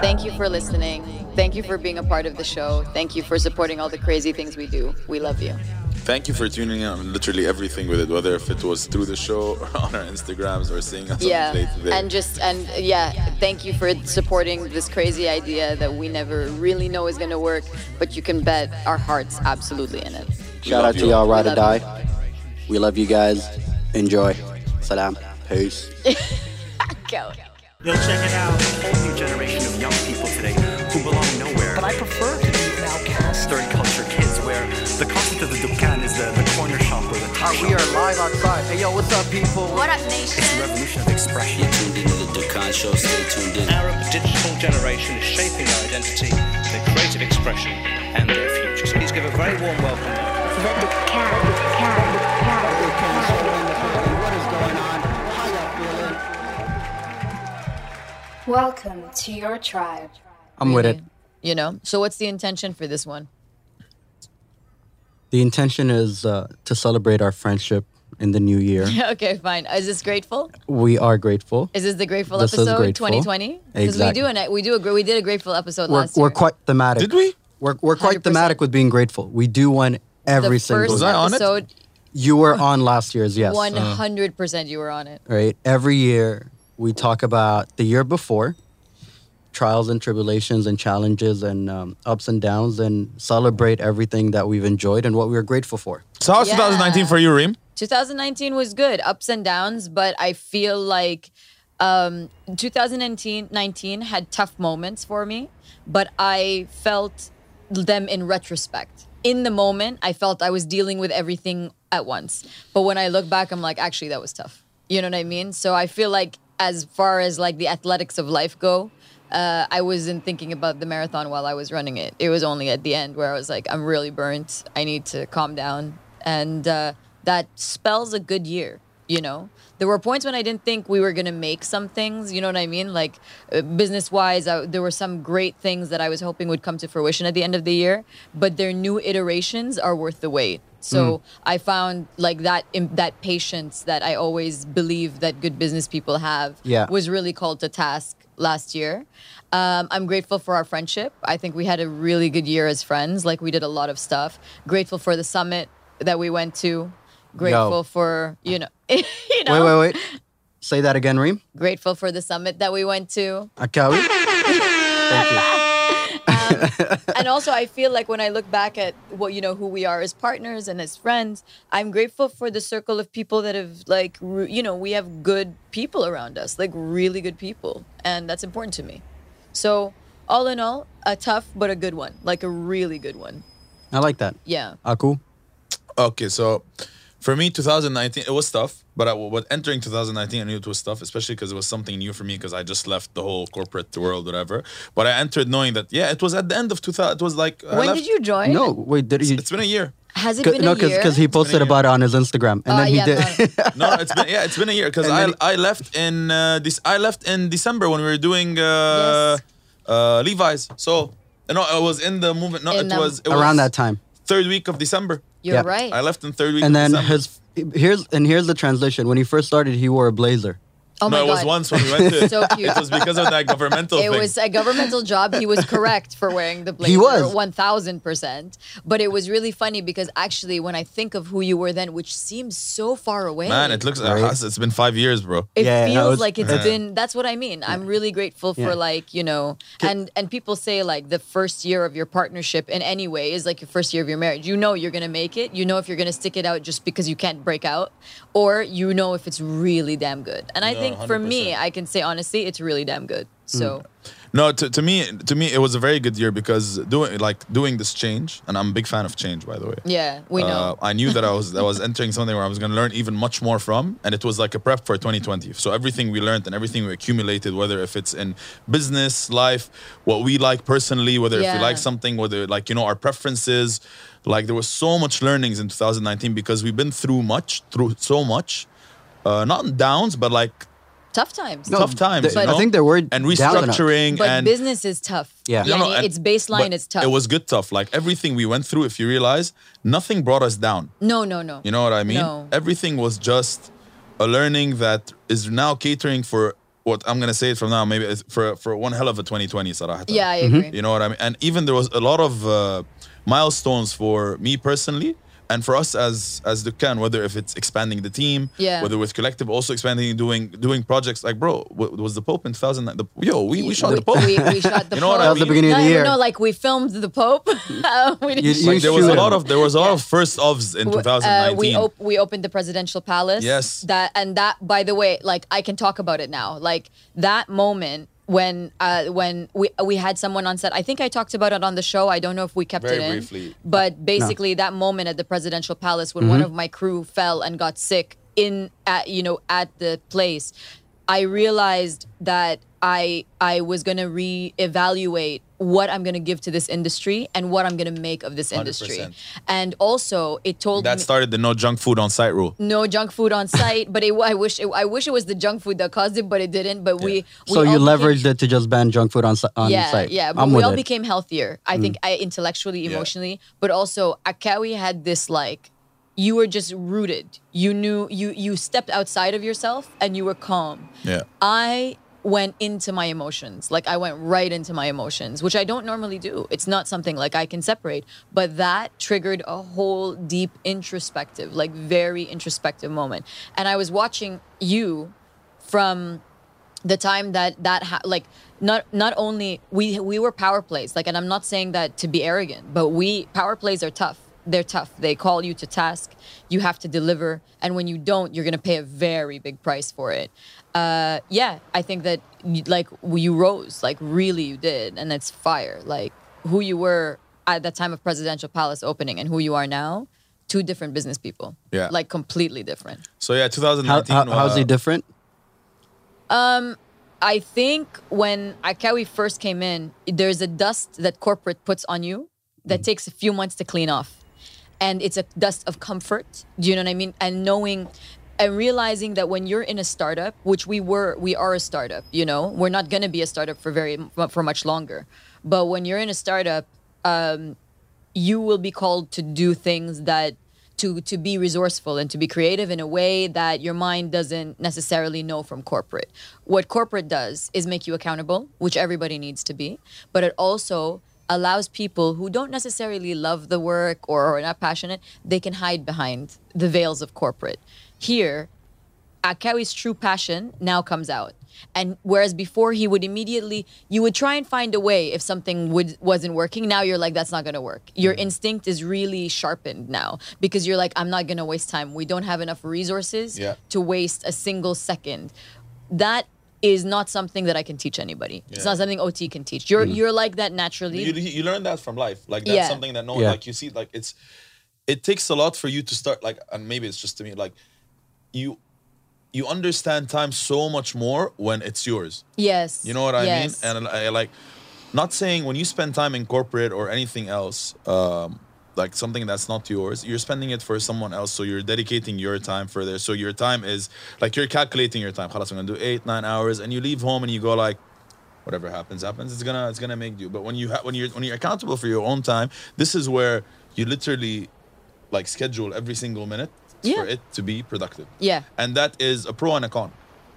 Thank you for listening. Thank you for being a part of the show. Thank you for supporting all the crazy things we do. We love you. Thank you for tuning in on literally everything with it, whether if it was through the show or on our Instagrams or seeing us Yeah. on day to day. And just, and yeah, thank you for supporting this crazy idea that we never really know is going to work, but you can bet our heart's absolutely in it. Shout love out to you. y'all, We Ride or love you. Die. We love you guys. Enjoy. Salam. Peace. Go. Yo, check it out. whole new generation of young people today who belong nowhere. But I prefer to be now past third culture kids where the concept of the Dukan is the, the corner shop or the top shop. We are live outside. Hey, yo, what's up, people? What up, nation? It's a revolution of expression. Tuned into the Dukan Show. Stay tuned in. Arab digital generation is shaping their identity, their creative expression, and their futures. Please give a very warm welcome. Welcome to your tribe. I'm with it. You know? So, what's the intention for this one? The intention is uh, to celebrate our friendship in the new year. okay, fine. Is this grateful? We are grateful. Is this the grateful This is episode grateful. 2020? Because we Exactly. do an we do a gr- we did a grateful episode We're, last year. we're quite thematic. Did we? We're, we're quite 100%. thematic with being grateful. We do one the every first single Was I on it? episode, You were on last year's, yes. one hundred percent, you were on it. right? Every year we talk about the year before, trials and tribulations and challenges and um, ups and downs, and celebrate everything that we've enjoyed and what we are grateful for. So how's Yeah. 2019 for you, Reem? 2019 was good, ups and downs, but I feel like um, 2019 19 had tough moments for me, but I felt them in retrospect. In the moment, I felt I was dealing with everything at once. But when I look back, I'm like, actually, that was tough. You know what I mean? So I feel like, as far as like the athletics of life go, uh, I wasn't thinking about the marathon while I was running it. It was only at the end where I was like, I'm really burnt. I need to calm down. And uh, that spells a good year, you know? There were points when I didn't think we were going to make some things, you know what I mean? Like business wise, there were some great things that I was hoping would come to fruition at the end of the year, but their new iterations are worth the wait. So I found like that im- that patience that I always believe that good business people have Yeah. was was really called to task last year. Um, I'm grateful for our friendship. I think we had a really good year as friends. Like we did a lot of stuff. Grateful for the summit that we went to. Grateful for you know, you know. Wait, wait, Oh. wait. Say that again, Reem. Grateful for the summit that we went to. Akawi. Thank you. and also I feel like when I look back at what you know who we are as partners and as friends, I'm grateful for the circle of people that have like ru- you know we have good people around us, like really good people, and that's important to me. So all in all, a tough but a good one, like a really good one. I like that. Yeah. Aku. Okay, so for me, 2019 it was tough, but I, but entering 2019, I knew it was tough, especially because it was something new for me because I just left the whole corporate world, whatever. But I entered knowing that yeah, it was at the end of 2000. It was like I when left- did you join? No, wait, did you? It's been a year. Has it c- been no, a year? because he posted a about it on his Instagram, and Uh, then he yeah, did. No, it's been yeah, it's been a year because I, I left in uh, this I left in December when we were doing uh, Yes. uh, Levi's. So no, I was in the movement. No, In it the- was it around was that time, third week of December. You're Yeah. right. I left in third week. and of then December. his here's and here's the translation. When he first started, he wore a blazer. oh my no, it was God. once when we went to. So cute. It was because of that governmental It thing. was a governmental job. He was correct for wearing the blazer. was. one thousand percent. But it was really funny because actually, when I think of who you were then, which seems so far away, Man, it looks. Right. It's been five years, bro. it Yeah, no, feels it's- like it's it's- been. That's what I mean. I'm really grateful for Yeah. like you know, and and people say like the first year of your partnership in any way is like your first year of your marriage. You know you're gonna make it. You know if you're gonna stick it out just because you can't break out, or you know if it's really damn good. And I No, think for me, 100%. I can say honestly, it's really damn good. Mm. So No, to, to me, to me, it was a very good year because doing like doing this change, and I'm a big fan of change, by the way. yeah, we know. Uh, I knew that I was I was entering something where I was going to learn even much more from, and it was like a prep for 2020. So everything we learned and everything we accumulated, whether if it's in business, life, what we like personally, whether if we Yeah. like something, whether like you know our preferences, like there was so much learnings in 2019 because we've been through much, through so much, uh, not downs, but like Tough times. tough times. th- you I know? think there were and down and ups. restructuring But and business is tough. Yeah. No, Yani, no, and- it's baseline but is tough. It was good tough. Like everything we went through, if you realize, nothing brought us down. no, no, no. You know what I mean? No. Everything was just a learning that is now catering for what I'm gonna say it from now, maybe it's for for one hell of a 2020, Sarah. Yeah, I Mm-hmm. agree. You know what I mean? And even there was a lot of uh, milestones for me personally and for us as as Dukkan, whether if it's expanding the team, Yeah. whether with collective, also expanding, doing doing projects like bro, w- was the Pope in 2000? The, yo, we, we shot the Pope. We, we shot the You know Pope. what I That was the mean? beginning of Not the even year. know, like we filmed the Pope. we didn't You- shoot- you like there was a shoot lot him. of there was a lot of first ofs in w- uh, 2019. we op- we opened the presidential palace. Yes. That and that. By the way, like I can talk about it now. Like that moment when uh when we we had someone on set. I think I talked about it on the show. I don't know if we kept Very it in. briefly. Mm-hmm. But basically, that moment at the presidential palace when one of my crew fell and got sick in at you know at the place, I realized that I I was gonna reevaluate what I'm gonna give to this industry and what I'm gonna make of this industry. 100%. And also, it told that me, started the no junk food on site rule. no junk food on site, but it, I wish it, I wish it was the junk food that caused it, but it didn't. But we, we so you all leveraged became, it to just ban junk food on, si- on yeah, site. yeah. But I'm we with all it. Mm. became healthier. I think I intellectually, Yeah. emotionally, but also Akawi had this like you were just rooted. You knew you you stepped outside of yourself and you were calm. Yeah. I went into my emotions. Like I went right into my emotions, which I don't normally do. It's not something like I can separate, but that triggered a whole deep introspective, like very introspective moment. And I was watching you from the time that that ha- like not not only we we were power plays like and I'm not saying that to be arrogant but we power plays are tough they're tough they call you to task you have to deliver and when you don't you're going to pay a very big price for it uh yeah I think that you, like you rose like really you did and that's fire like who you were at the time of presidential palace opening and who you are now two different business people Yeah. like completely different So yeah, How, 2019. how, how's uh, he different? I think when Akawi first came in, there's a dust that corporate puts on you that takes a few months to clean off. And it's a dust of comfort. Do you know what I mean? And knowing and realizing that when you're in a startup, which we were, we are a startup, you know, we're not going to be a startup for very, for much longer. But when you're in a startup, you will be called to do things that to to be resourceful and to be creative in a way that your mind doesn't necessarily know from corporate. What corporate does is make you accountable, which everybody needs to be, but it also allows people who don't necessarily love the work or are not passionate, they can hide behind the veils of corporate. Here, Akawi's true passion now comes out. And whereas before he would immediately, you would try and find a way if something would wasn't working. Now you're like, that's not gonna work. Your Mm-hmm. instinct is really sharpened now because you're like, I'm not gonna waste time. We don't have enough resources Yeah. to waste a single second. That is not something that I can teach anybody. It's Yeah. Mm. not something OT can teach. You're you're like that naturally. you, you learn that from life like that's Yeah. something that no one Yeah. like you see like it's it takes a lot for you to start like and maybe it's just to me like you you understand time so much more when it's yours yes. you know what i yes. mean and I, like not saying when you spend time in corporate or anything else um like something that's not yours you're spending it for someone else so you're dedicating your time for there so your time is like you're calculating your time خلاص, i'm gonna do eight nine hours and you leave home and you go like whatever happens happens it's gonna it's gonna make you but when you ha- when you're when you're accountable for your own time this is where you literally like schedule every single minute for Yeah. it to be productive Yeah. and that is a pro and a con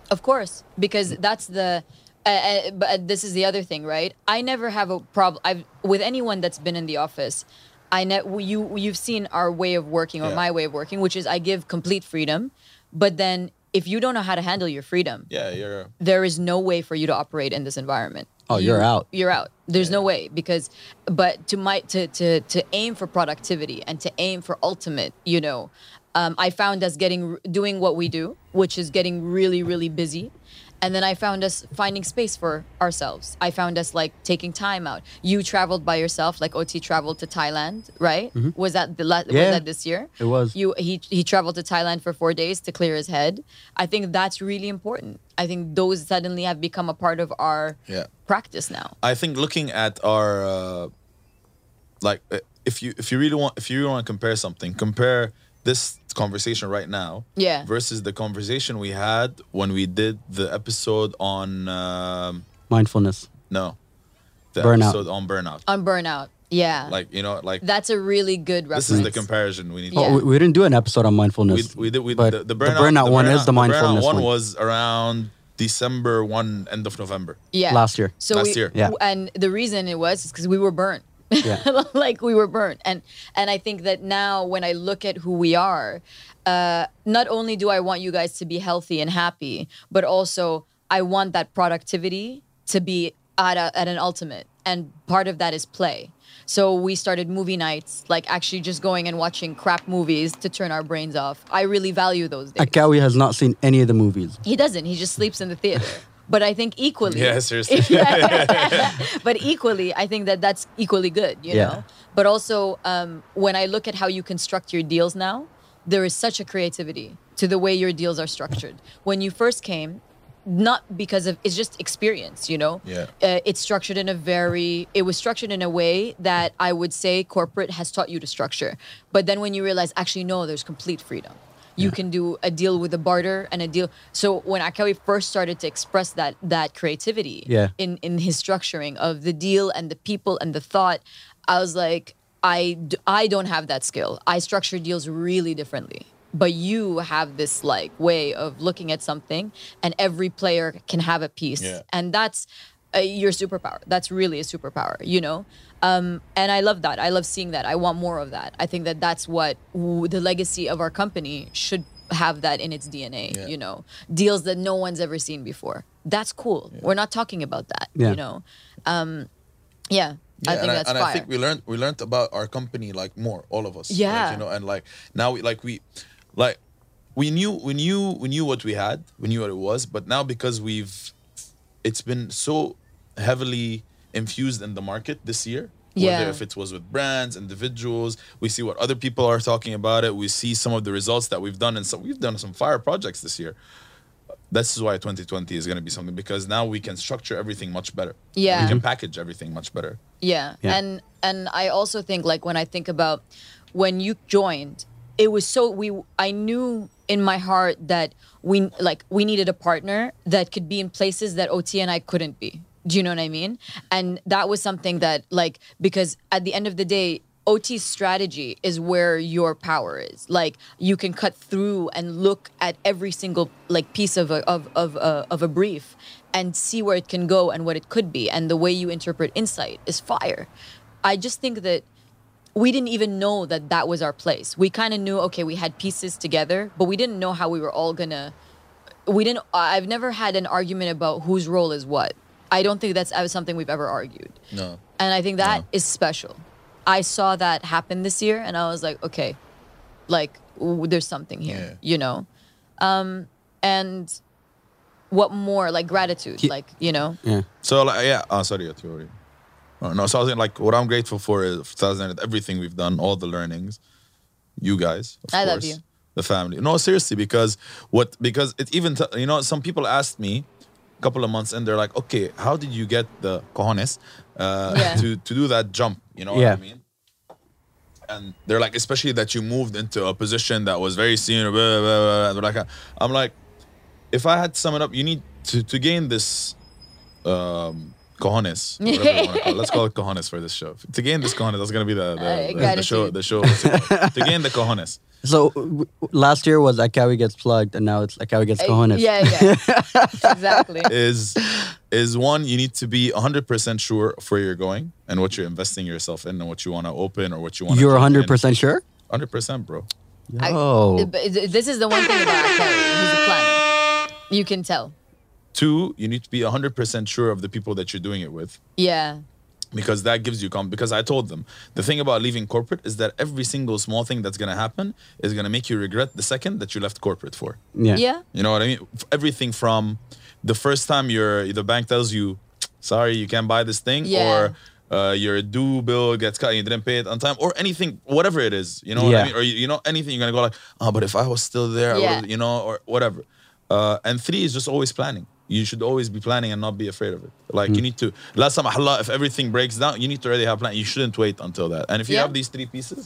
Of course, because that's the. Uh, uh, but uh, this is the other thing, right? I never have a problem. I've with anyone that's been in the office. I ne- you you've seen our way of working or Yeah. my way of working, which is I give complete freedom, but then if you don't know how to handle your freedom, yeah you're there is no way for you to operate in this environment. Oh, you're You- out. You're out. There's no way because, but to my to to to aim for productivity and to aim for ultimate, you know, um, I found us getting doing what we do, which is getting really really busy, and then I found us finding space for ourselves. I found us like taking time out. You traveled by yourself, like Ot traveled to Thailand, right? Was that the last? Was Mm-hmm. Yeah. that this year? It was. You he he traveled to Thailand for four days to clear his head. I think that's really important. I think those suddenly have become a part of our Yeah. practice now. I think looking at our uh, like uh, if you if you really want if you really want to compare something, compare this conversation right now Yeah. versus the conversation we had when we did the episode on um, Mindfulness. no the Burnout. episode on burnout. On burnout. Yeah. Like you know like that's a really good reference. this is the comparison we need. Yeah. Oh, we, we didn't do an episode on We, mindfulness. we did we but the, one is the burnout mindfulness one one. was around December 1, end of November. Yeah. Last year. So Last we, year. Yeah. And the reason it was is because we were burnt. Yeah. like we were burnt. And and I think that now when I look at who we are, uh, not only do I want you guys to be healthy and happy, but also I want that productivity to be at, a, at an ultimate. And part of that is play. So we started movie nights, like actually just going and watching crap movies to turn our brains off. I really value those days. Akawi has not seen any of the movies. He doesn't. He just sleeps in the theater. But I think equally, Yeah, seriously. but equally, I think that that's equally good, you Yeah. know. But also, um, when I look at how you construct your deals now, there is such a creativity to the way your deals are structured. When you first came, not because of it's just experience, you know. Yeah. Uh, it's structured in a very. It was structured in a way that I would say corporate has taught you to structure. But then when you realize, actually, no, there's complete freedom. You can do a deal with a barter and a deal. So when Akawi first started to express that that creativity, Yeah. in in his structuring of the deal and the people and the thought i was like i d- i don't have that skill i structure deals really differently but you have this like way of looking at something and every player can have a piece Yeah. and that's uh, your superpower that's really a superpower you know um, and i love that i love seeing that i want more of that i think that that's what w- the legacy of our company should have that in its dna Yeah. you know deals that no one's ever seen before that's cool we're not talking about that Yeah. you know um, yeah, i think and that's I, and fire I think we learned we learned about our company like more, all of us. Like, Yeah. you know, and like now we like we like we knew we knew we knew what we had, we knew what it was, but now because we've it's been so heavily infused in the market this year. Yeah. Whether if it was with brands, individuals, we see what other people are talking about it. We see some of the results that we've done, and so we've done some fire projects this year. This is why 2020 is going to be something because now we can structure everything much better. Yeah. Mm-hmm. we can package everything much better. Yeah. Yeah. And and I also think like when I think about when you joined, it was so we I knew in my heart that we like we needed a partner that could be in places that OT and I couldn't be. Do you know what I mean? And that was something that like because at the end of the day OT's strategy is where your power is. Like you can cut through and look at every single like piece of a of of a, of a brief and see where it can go and what it could be. And the way you interpret insight is fire. I just think that we didn't even know that that was our place. We kind of knew, okay, we had pieces together, but we didn't know how we were all gonna. We didn't. I- I've never had an argument about whose role is what. I don't think that's ever something we've ever argued. No. And I think that is No. special. I saw that happen this year, and I was like, okay, like w- there's something here, Yeah. you know. Um, and what more? Like gratitude, Ye- like you know. Yeah. So like yeah, oh, sorry, yeah, theory. Oh, no, so I was saying, like, what I'm grateful for is 2008, everything we've done, all the learnings, you guys, of I love course, you. the family. No, seriously, because what because it even t- you know some people asked me a couple of months in, they're like, okay, how did you get the cojones uh, Yeah. to to do that jump? You know Yeah. what I mean? And they're like, especially that you moved into a position that was very senior. Blah, blah, blah, blah. They're like, I'm like, if I had to sum it up, you need to to gain this um cojones. Whatever you want to call it. Let's call it cojones for this show. To gain this cojones, that's gonna be the Uh, the, the- the gratitude. show the show. what's it called? to gain the cojones. So w- w- last year was Akawi gets plugged, and now it's Akawi gets cojones. Yeah, yeah, exactly. Is is one, you need to be hundred percent sure of where you're going and what you're investing yourself in and what you wanna open or what you wanna You're 100% sure? hundred percent, bro. I- Yo. but th- this is the one thing about Kelly. He's a planner. You can tell. Two, you need to be hundred percent sure of the people that you're doing it with. Yeah. because that gives you com because I told them the thing about leaving corporate is that every single small thing that's gonna happen is gonna make you regret the second that you left corporate for. yeah. Yeah. You know what I mean? F- Everything from the first time your the bank tells you, sorry, you can't buy this thing, Yeah. or uh, your due bill gets cut and you didn't pay it on time, or anything, whatever it is. You know what Yeah. I mean? Or you, you know anything, you're gonna go like, oh, but if I was still there, I Yeah. would've-" you know, or whatever. Uh, and three is just always planning. You should always be planning and not be afraid of it. Like Hmm. you need to. Last time, Allah, if everything breaks down, you need to already have plan. You shouldn't wait until that. And if you Yeah. have these three pieces,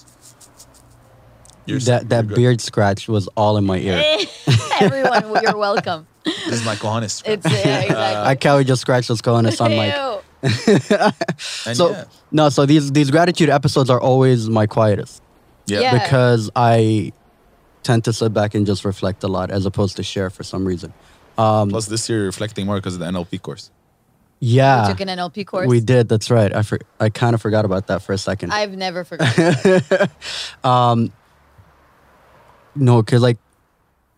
you're That, that you're good. beard scratch was all in my ear. Everyone, you're welcome. This is my cojones. It's yeah, exactly. Akawi just scratched those cojones on my. Ew. And So yeah. no, so these these gratitude episodes are always my quietest Yeah. because I tend to sit back and just reflect a lot as opposed to share for some reason. Plus, this year you're reflecting more because of the NLP course. I Yeah. took an NLP course. We did. That's right. I for, I kind of forgot about that for a second. I've never forgotten. no, because like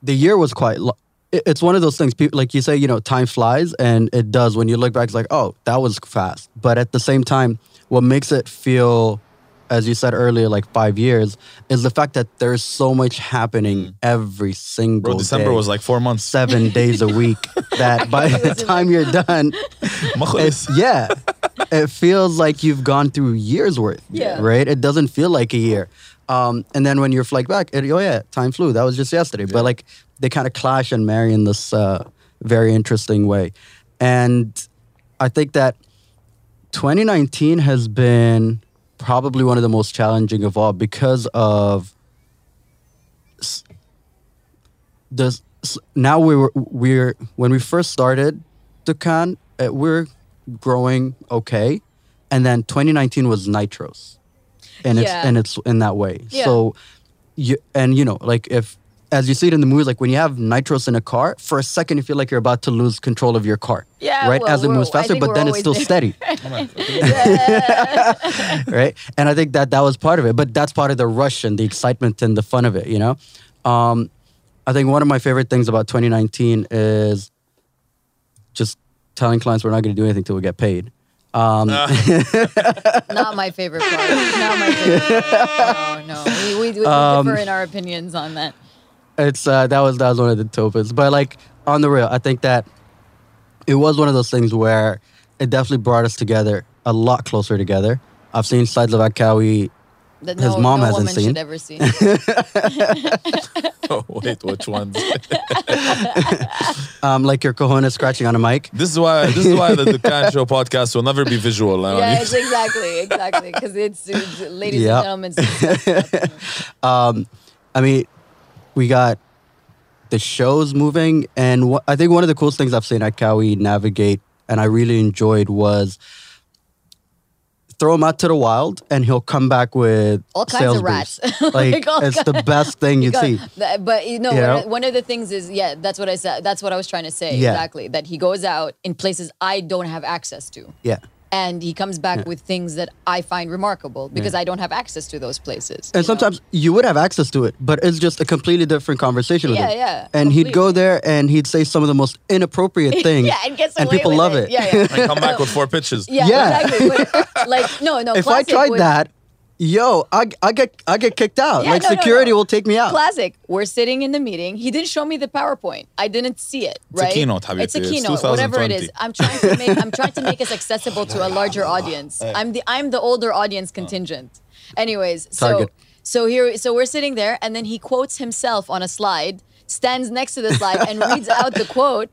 the year was quite. Lo- it- it's one of those things. People like you say, you know, time flies, and it does. When you look back, it's like, oh, that was fast. But at the same time, what makes it feel, as you said earlier, like five years, is the fact that there's so much happening every single. Mm. Bro, December day, was like four months. seven days a week. That by the time you're done, it's مخلص. yeah it feels like you've gone through years worth Yeah. right it doesn't feel like a year um, and then when you reflect back it, oh yeah time flew that was just yesterday but like they kind of clash and marry in this uh, very interesting way and i think that 2019 has been probably one of the most challenging of all because of s- the s- now we were we're when we first started Dukan, uh, we're growing okay, and then 2019 was Nitros, and it's Yeah. and it's in that way. Yeah. So, you and you know like if as you see it in the movies, like when you have Nitros in a car, for a second you feel like you're about to lose control of your car. Yeah, Right well, as it moves we're- I faster, think but we're then it's still always steady. right? And I think that that was part of it, but that's part of the rush and the excitement and the fun of it, you know? Um, I think one of my favorite things about 2019 is just telling clients we're not going to do anything till we get paid. Not my favorite part. Not my favorite part. No, no. We, we, we Um, differ in our opinions on that. It's uh, that was that was one of the topes, but like on the real, I think that it was one of those things where it definitely brought us together a lot closer together. I've seen sides of Akawi That His no, mom no hasn't woman seen. should ever see. oh, wait, which ones? um, like your cojones scratching on a mic. this is why this is why the Dukan Show podcast will never be visual. Oh, I don't yeah, need- it's exactly, exactly. Because it's, it's- ladies Yeah. and gentlemen. it's- I mean, we got the shows moving, and wha- I think one of the coolest things I've seen at Cowie navigate, and I really enjoyed was throw him out to the wild, and he'll come back with All kinds sales of rats. briefs. Like, like all it's the best thing you'd see. God, th- But you know, You one of- know? one of the things is yeah, that's what I said. That's what I was trying to say Yeah. exactly. That he goes out in places I don't have access to. Yeah. And he comes back with things that I find remarkable because I don't have access to those places. you And know? sometimes you would have access to it, but it's just a completely different conversation with Yeah, him. yeah, And he'd go completely. there and he'd say some of the most inappropriate things. yeah, and gets away people with love it. Yeah, yeah. I come back with four pitches. Yeah, Yeah. exactly. But, like no, no. if I classic tried was- that, yo, I, I get I get kicked out. Yeah, like no, no, security no. will take me out. Classic. We're sitting in the meeting. He didn't show me the PowerPoint. I didn't see it. a Right? keynote, Habibti. It's a It's keynote. whatever it is. 2020. I'm trying to make. I'm trying to make us accessible to a larger audience. I'm the. I'm the older audience contingent. Anyways, so Target. so here, so we're sitting there, and then he quotes himself on a slide, stands next to the slide, and reads out the quote.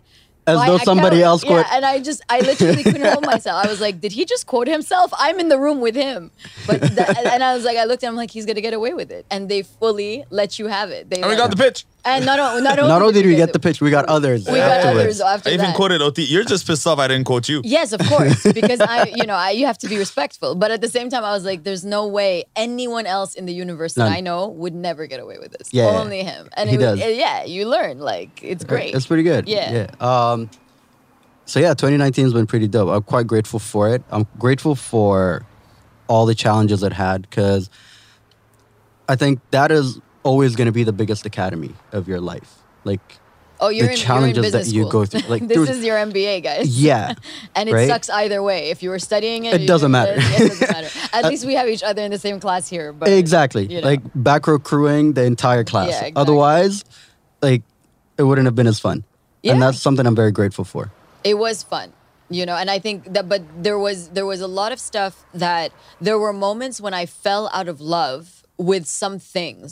As by though somebody Akawi. else Yeah, quote- and I just, I literally couldn't hold myself. I was like, did he just quote himself? I'm in the room with him. But that, and I was like, I looked at him like he's gonna get away with it, and they fully let you have it. They And we let- got the pitch. And not only, not only, Not only did we get the it, pitch, we got others. we got others afterwards. after I even that. quoted OT. You're just pissed off I didn't quote you. Yes, of course, because I, you know, I, you have to be respectful. But at the same time, I was like, there's no way anyone else in the universe that None. I know would never get away with this. Yeah. only him. And He it was, does. yeah, you learn. Like it's great. That's pretty good. Yeah. Yeah. Um, so yeah, 2019 has been pretty dope. I'm quite grateful for it. I'm grateful for all the challenges it had because I think that is always going to be the biggest academy of your life. Like, oh, you're the in, challenges you're in business that you school. go through, like, this dude- is your MBA, guys. yeah, And it right? sucks either way. If you were studying it, It you doesn't did matter. Uh, this, It, doesn't matter. At least we have each other in the same class here. But exactly. you know. Like back row crewing the entire class. exactly. Otherwise, like it wouldn't have been as fun. Yeah. And that's something I'm very grateful for. it was fun you know and i think that but there was there was a lot of stuff that there were moments when i fell out of love with some things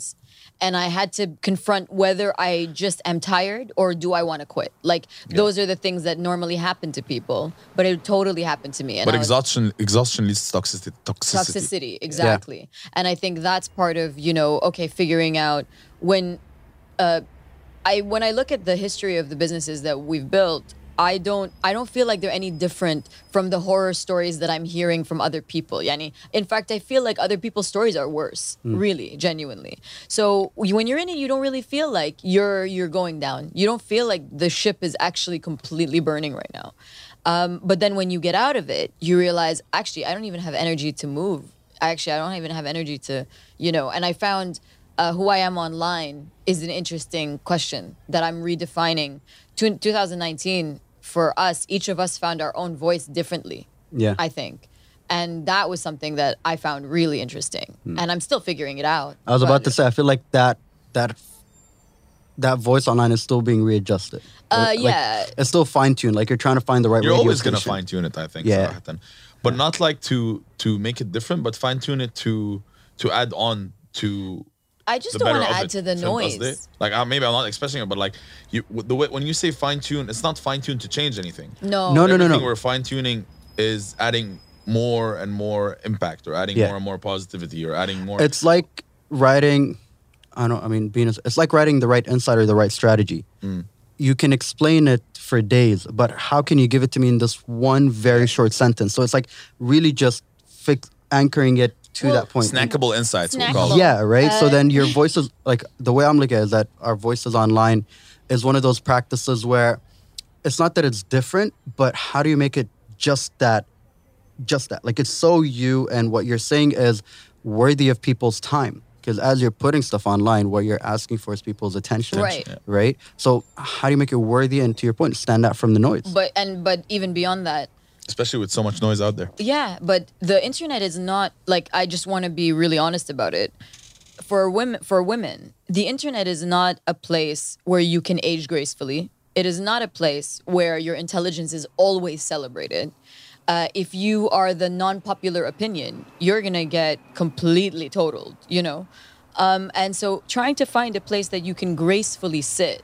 and i had to confront whether i just am tired or do i want to quit like those are the things that normally happen to people but it totally happened to me and But I was- exhaustion exhaustion leads to toxicity. Toxicity. toxicity exactly and i think that's part of you know okay figuring out when uh i when i look at the history of the businesses that we've built I don't I don't feel like they're any different from the horror stories that I'm hearing from other people. Yani, in fact, I feel like other people's stories are worse, really, genuinely. So you- when you're in it, you don't really feel like you're you're going down. You don't feel like the ship is actually completely burning right now. Um, but then when you get out of it, you realize actually I don't even have energy to move. Actually, I don't even have energy to you know. And I found uh, who I am online is an interesting question that I'm redefining. Tw 2019 for us, each of us found our own voice differently. Yeah. I think. And that was something that I found really interesting, and I'm still figuring it out. Hmm. I was about but- to say, I feel like that that that voice online is still being readjusted. Uh, Like, yeah. it's still fine tuned. Like you're trying to find the right. You're radio always gonna station. fine tune it, I think. Yeah. صراحةً. But not like to to make it different, but fine tune it to to add on to I just the don't better want to of add it. to the Fahim قصدي? noise. Like uh, maybe I'm not expressing it, but like you the way when you say fine tune, it's not fine tuned to change anything. No, No, no, no, Everything no. We're fine tuning is adding more and more impact, or adding Yeah. more and more positivity, or adding more. It's like writing. I don't. I mean, being. a- It's like writing the right insight or the right strategy. Mm. You can explain it for days, but how can you give it to me in this one very short sentence? So it's like really just fix anchoring it to Well, that point. snackable insights. We'll Snackable. call it. Yeah, right. so Uh, then your voices, like the way I'm looking at it is that our voices online is one of those practices where it's not that it's different, but how do you make it just that, just that? Like it's so you and what you're saying is worthy of people's time. Because as you're putting stuff online, what you're asking for is people's attention. Right. Yeah. Right. So how do you make it worthy and to your point, stand out from the noise? but and but even beyond that, Especially with so much noise out there. yeah. But the internet is not like I just want to be really honest about it. For women, for women, the internet is not a place where you can age gracefully. It is not a place where your intelligence is always celebrated. Uh, if you are the non-popular opinion, you're gonna get completely totaled. You know. Um, and so trying to find a place that you can gracefully sit,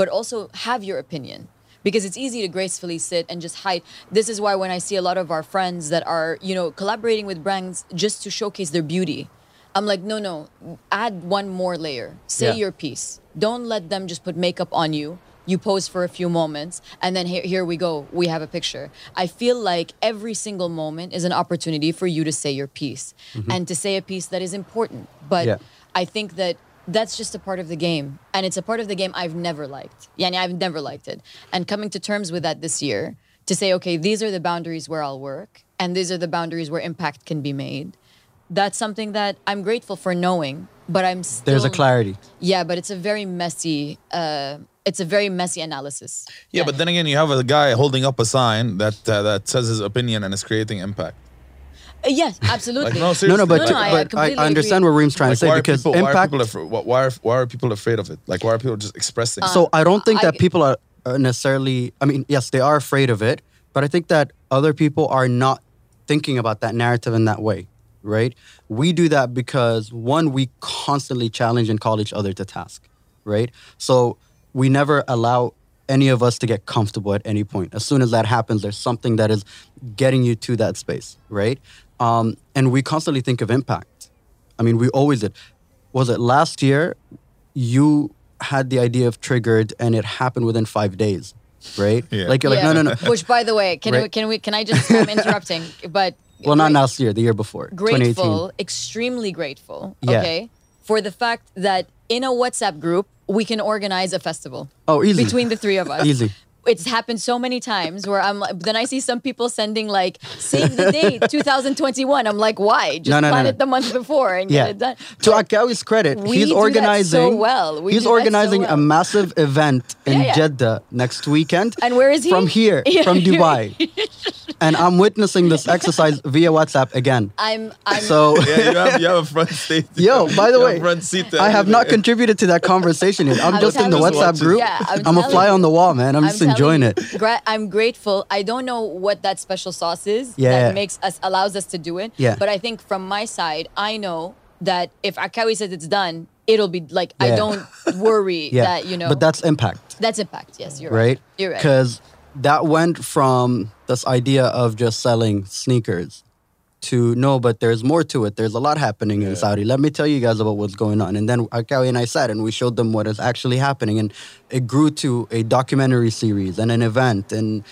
but also have your opinion. Because it's easy to gracefully sit and just hide. This is why when I see a lot of our friends that are, you know, collaborating with brands just to showcase their beauty, I'm like, no, no, add one more layer. Say Yeah. your piece. Don't let them just put makeup on you. You pose for a few moments, and then here, here we go. We have a picture. I feel like every single moment is an opportunity for you to say your piece and to say a piece that is important. But Yeah. I think that that's just a part of the game, and it's a part of the game I've never liked. Yani, I've never liked it, and coming to terms with that this year to say, okay, these are the boundaries where I'll work, and these are the boundaries where impact can be made. That's something that I'm grateful for knowing, but I'm still There's a clarity. Yeah, but it's a very messy. Uh, it's a very messy analysis. Yeah, but then again, you have a guy holding up a sign that uh, that says his opinion and is creating impact. Uh, yes, absolutely. Like no, seriously. No, no, but, No, like, no, I- I but I, completely understand agree. what Reem's trying like, to say why, are because people, why are impact people afraid, why are why are people afraid of it? Like why are people just expressing? Uh. it? So I don't think I- that people are are necessarily. I mean, yes, they are afraid of it, but I think that other people are not thinking about that narrative in that way, right? We do that because one, we constantly challenge and call each other to task, right? So we never allow any of us to get comfortable at any point. As soon as that happens, there's something that is getting you to that space, right? Um, and we constantly think of impact. I mean, we always did. Was it last year? You had the idea of triggered, and it happened within five days, right? Yeah. Like you're Yeah. like, no, no, no. Which, by the way, can we, Right. can we can I just I'm interrupting? But Well, not great- last year, the year before, 2018. Grateful, extremely grateful. Yeah. Okay, for the fact that in a WhatsApp group we can organize a festival. Oh, easy. between the three of us. Easy. It's happened so many times where I'm like, then I see some people sending like, save the date 2021. I'm like, why? Just no, no, plan no. it the month before and Yeah. get it done. To Akawi's credit, We he's do that so organizing. well. We he's do that so organizing well. a massive event in Yeah, yeah. Jeddah next weekend. And where is he? From here, Yeah. from Dubai. and I'm witnessing this exercise via WhatsApp again. I'm, I'm, So. yeah, you have, you have a front seat. Yo, by the You have way, front seat to I have not everything. contributed to that conversation yet. I'm I'm just in the telling you. WhatsApp group. Yeah, I'm I'm a telling fly you. on the wall, man. I'm, just telling enjoying you, it. gra- I'm grateful. I don't know what that special sauce is Yeah. that makes us allows us to do it. Yeah. But I think from my side, I know that if Akawi says it's done, it'll be like I Yeah. don't worry Yeah, that you know. But that's impact. that's impact. Yes, you're right. right? You're right. Because that went from this idea of just selling sneakers to no, but there's more to it. There's a lot happening in Saudi. Let me tell you guys about what's going on. And then Akawi and I sat and we showed them what is actually happening. And it grew to a documentary series and an event. And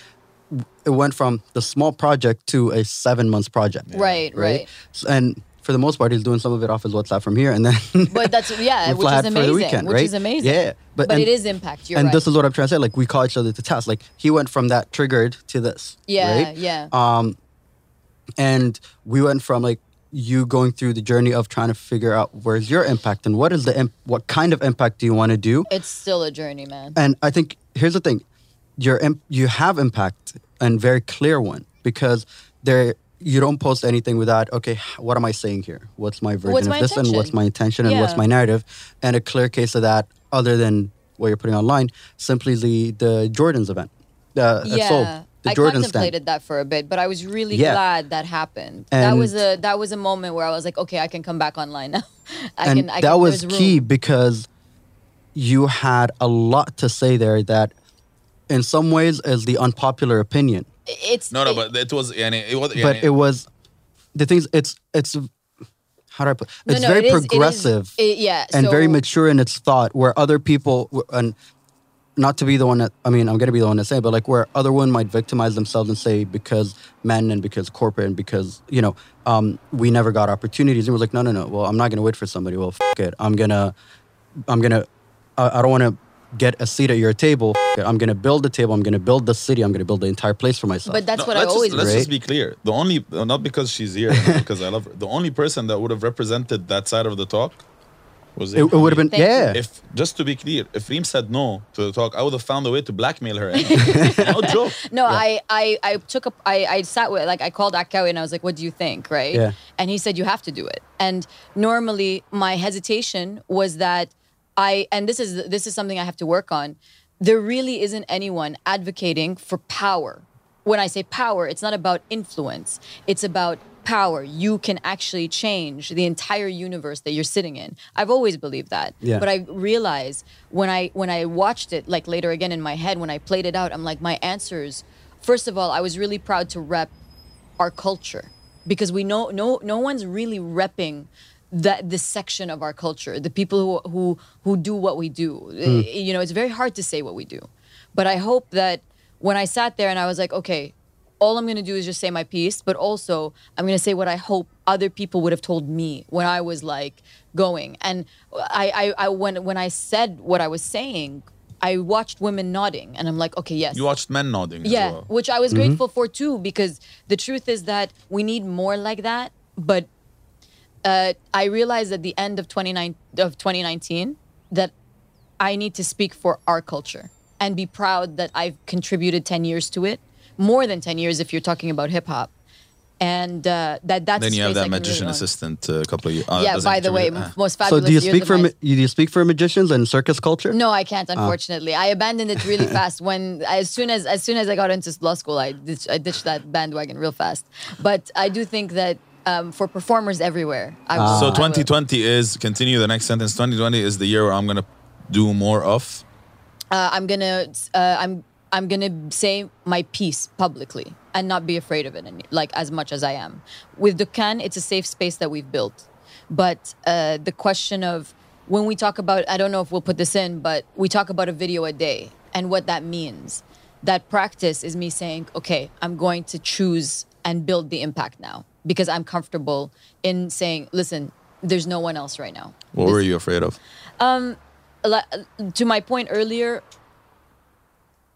it went from the small project to a seven months project. Right, right. S- And for the most part, he's doing some of it off his WhatsApp from here. And then But that's yeah, we which fly is out for the amazing. weekend, which right? is amazing. Yeah, but- but, and- it is impact. You're and right. this is what I'm trying to say. Like we call each other to task. Like he went from that triggered to this. yeah, right? yeah. And we went from like you going through the journey of trying to figure out where's your impact and what is the imp- what kind of impact do you want to do. it's still a journey, man. And I think here's the thing, your imp- you have impact and very clear one because there you don't post anything without okay h- what am I saying here? What's my version What's of my this and what's intention? my intention and what's Yeah. my narrative? And a clear case of that other than what you're putting online, simply the the Jordan's event. Uh, at yeah. Seoul, the I Jordan stand. contemplated that for a bit, but I was really Yeah. glad that happened. that was And- a that was a moment where I was like, okay, I can come back online now. I and can. I that can, was there's room. key because you had a lot to say there that in some ways is the unpopular opinion It's No, no, it- but it was. يعني, it was يعني, but it was the things it's it's how do i put no, it's no, very it is- it is- progressive it- yeah, and very so- mature in its thought where other people w- and not to be the one that i mean i'm gonna be the one to say it, but like where other one might victimize themselves and say because men and because corporate and because you know um, we never got opportunities and we're like no no no well i'm not gonna wait for somebody well f- it i'm gonna i'm gonna i, I don't want to get a seat at your table F- it, i'm gonna build the table i'm gonna build the city i'm gonna build the entire place for myself But that's No, what I let's always. Just, let's do. just be clear. The only not because she's here, because I love her. The only person that would have represented that side of the talk was it, it would have been Thank you. yeah If just to be clear, if Reem said no to the talk, I would have found a way to blackmail her. no joke. No, I, I I took a I I sat with like I called Akawi and I was like, "What do you think?" Right? Yeah. And he said, "You have to do it." And normally, my hesitation was that I and this is this is something I have to work on. There really isn't anyone advocating for power. When I say power, it's not about influence. It's about power. You can actually change the entire universe that you're sitting in. I've always believed that. Yeah. But I realized when I when I watched it like later again in my head when I played it out, I'm like my answers. First of all, I was really proud to rep our culture because we know no no one's really repping that this section of our culture, the people who who who do what we do. Eh, You know, it's very hard to say what we do, but I hope that when I sat there and I was like, okay. All I'm gonna do is just say my piece, but also I'm gonna say what I hope other people would have told me when I was like going. And I, I, I when when I said what I was saying, I watched women nodding, and I'm like, okay, yes, You watched men nodding. yeah, As well. Mm-hmm. which I was grateful for too, because the truth is that we need more like that. But uh, I realized at the end of 29 of 2019 that I need to speak for our culture and be proud that I've contributed 10 years to it, more than 10 years if you're talking about hip hop, and uh, that that's Then you have that magician really learn. assistant uh, a couple of years. Uh, yeah, doesn't by the way, contribute. Ah. most So fabulous. do you years speak of for my ma- do you speak for magicians and circus culture? No, I can't. Unfortunately, I abandoned it really fast when as soon as as soon as I got into law school, I ditched, I ditched that bandwagon real fast. But I do think that um, for performers everywhere, I will, So I will. 2020 is continue the next sentence. 2020 is the year where I'm gonna do more of. uh, I'm gonna uh, I'm I'm gonna say my piece publicly and not be afraid of it, any, like as much as I am. With Dukan, it's a safe space that we've built, but uh, the question of when we talk about I don't know if we'll put this in, but we talk about a video a day and what that means. That practice is me saying, okay, I'm going to choose and build the impact now because I'm comfortable in saying, listen, there's no one else right now What were you afraid of? li- to my point earlier,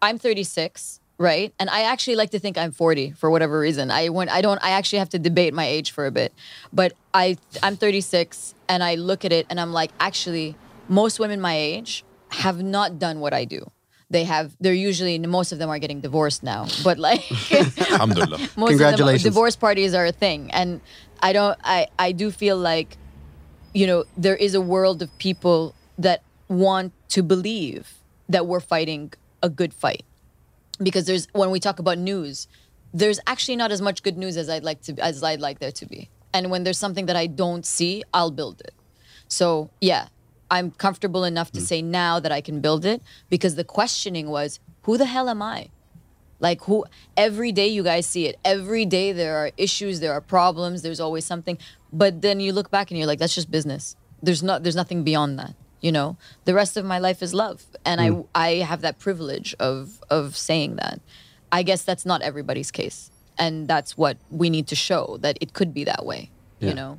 I'm 36, right? And I actually like to think I'm 40 for whatever reason. I went, I don't, I actually have to debate my age for a bit, but I, I'm 36, and I look at it and I'm like, actually, most women my age have not done what I do. They have, they're usually, most of them are getting divorced now, but like, Alhamdulillah. most Congratulations. of them, divorce parties are a thing and i don't i i do feel like you know there is a world of people that want to believe that we're fighting a good fight because there's when we talk about news there's actually not as much good news as i'd like to as i'd like there to be and when there's something that i don't see i'll build it so yeah i'm comfortable enough to say now that i can build it because the questioning was who the hell am i Like who every day you guys see it. Every day there are issues, there are problems, there's always something. But then you look back and you're like, that's just business. There's not there's nothing beyond that. You know, the rest of my life is love, and Mm. I I have that privilege of of saying that. I guess that's not everybody's case, and that's what we need to show that it could be that way. Yeah. You know,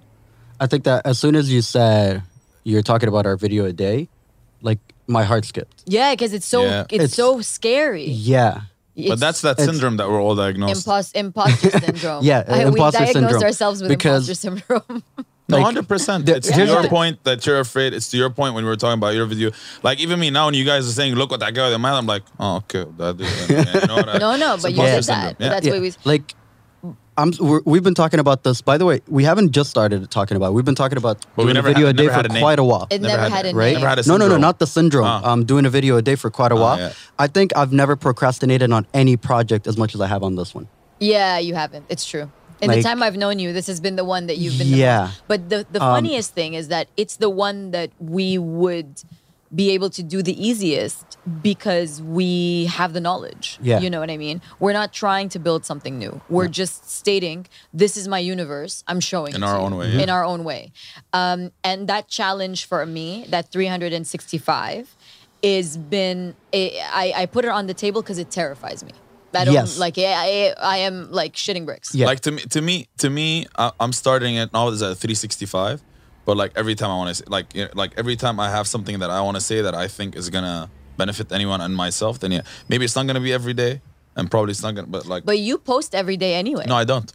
I think that as soon as you said you're talking about our video a day, like my heart skipped. yeah, because it's so It's, Yeah. It's- so scary. Yeah. But that's that it's- syndrome that we're all diagnosed. Impos- imposter syndrome. Yeah, I, we imposter diagnosed syndrome. ourselves with Because- imposter syndrome. No, Like, hundred percent. the- It's to here's your the- point that you're afraid. It's to your point when we were talking about your video. Like even me now, when you guys are saying, "Look what that guy with the man," I'm like, "Oh, okay." That, yeah, you know what I- no, no, it's but you imposter said syndrome. that. Yeah. That's yeah. why we. like I'm we're, we've been talking about this. By the way, we haven't just started talking about. it. We've been talking about But we doing a never video had- a day never for had a name. quite a while. It never had a right? name. had a no, no, no, syndrome. not the syndrome. Ah. I'm doing a video a day for quite a while. yeah. I think I've never procrastinated on any project as much as I have on this one. Yeah, you haven't. It's true. In the Like- time I've known you, this has been the one that you've been. the Yeah. most- but the the Um, funniest thing is that it's the one that we would be able to do the easiest because we have the knowledge. Yeah. You know what I mean? We're not trying to build something new. We're just stating this is my universe. I'm showing In it to our you." own way, yeah. In our own way. Um, and that challenge for me, that 365, is been I I put it on the table because it terrifies me. I don't Yes. like yeah, I, I am like shitting bricks. Yeah. Like to me, to me, to me, I, I'm starting it now. Is at 365, but like every time I want to, say, like, you know, like every time I have something that I want to say that I think is gonna benefit anyone and myself, then yeah, maybe it's not gonna be every day, and probably it's not gonna, but like, But you post every day anyway. no, I don't.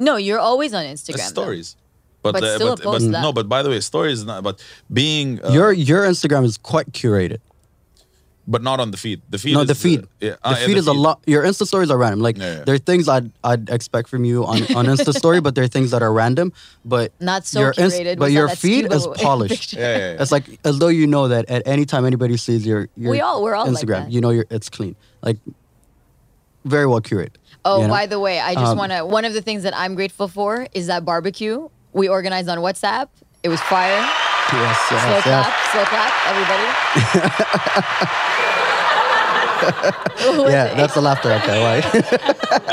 No, you're always on Instagram. It's though. stories. But, But the- still but, a post but that- no, but by the way, stories is not. But being uh, your your Instagram is quite curated. but not on the feed. The feed. No, is the feed. yeah, the ah, yeah, feed is a lot. Your Insta stories are random. Like Yeah, yeah. there are things I'd I'd expect from you on, on Insta story, but there are things that are random. But Not so your Inst- curated. but We your saw that feed scuba is polished. picture. Yeah, yeah, yeah. It's like as though you know that at any time anybody sees your your We all- we're all like Instagram, that. you know your it's clean. Like very well curated. Oh, you know? by the way, I just Um, want to. One of the things that I'm grateful for is that barbecue we organized on WhatsApp. It was fire. Yes, yes, Slow yes. clap, slow clap, everybody. Who was Yeah, it? that's the laughter. Okay, why?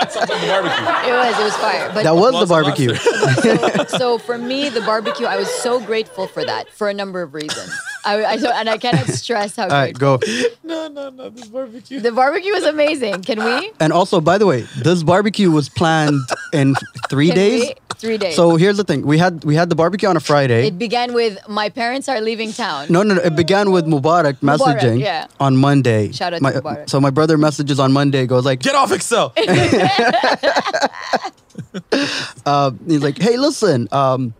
The barbecue. it was. It was fire. But that was the Lots of barbecue. so for me, the barbecue, I was so grateful for that for a number of reasons. I, I don't- and I cannot stress how. All right, grateful. go. No, no, no. This barbecue. The barbecue was amazing. Can we? And also, by the way, this barbecue was planned in three Can days. we? Three days. So here's the thing: we had we had the barbecue on a Friday. It began with my parents are leaving town. no, no, no. It began with Mubarak messaging yeah. on Monday. Shout out to My- Mubarak. So my brother messages on Monday, goes like, Get off Excel. uh, he's like, hey, listen, um,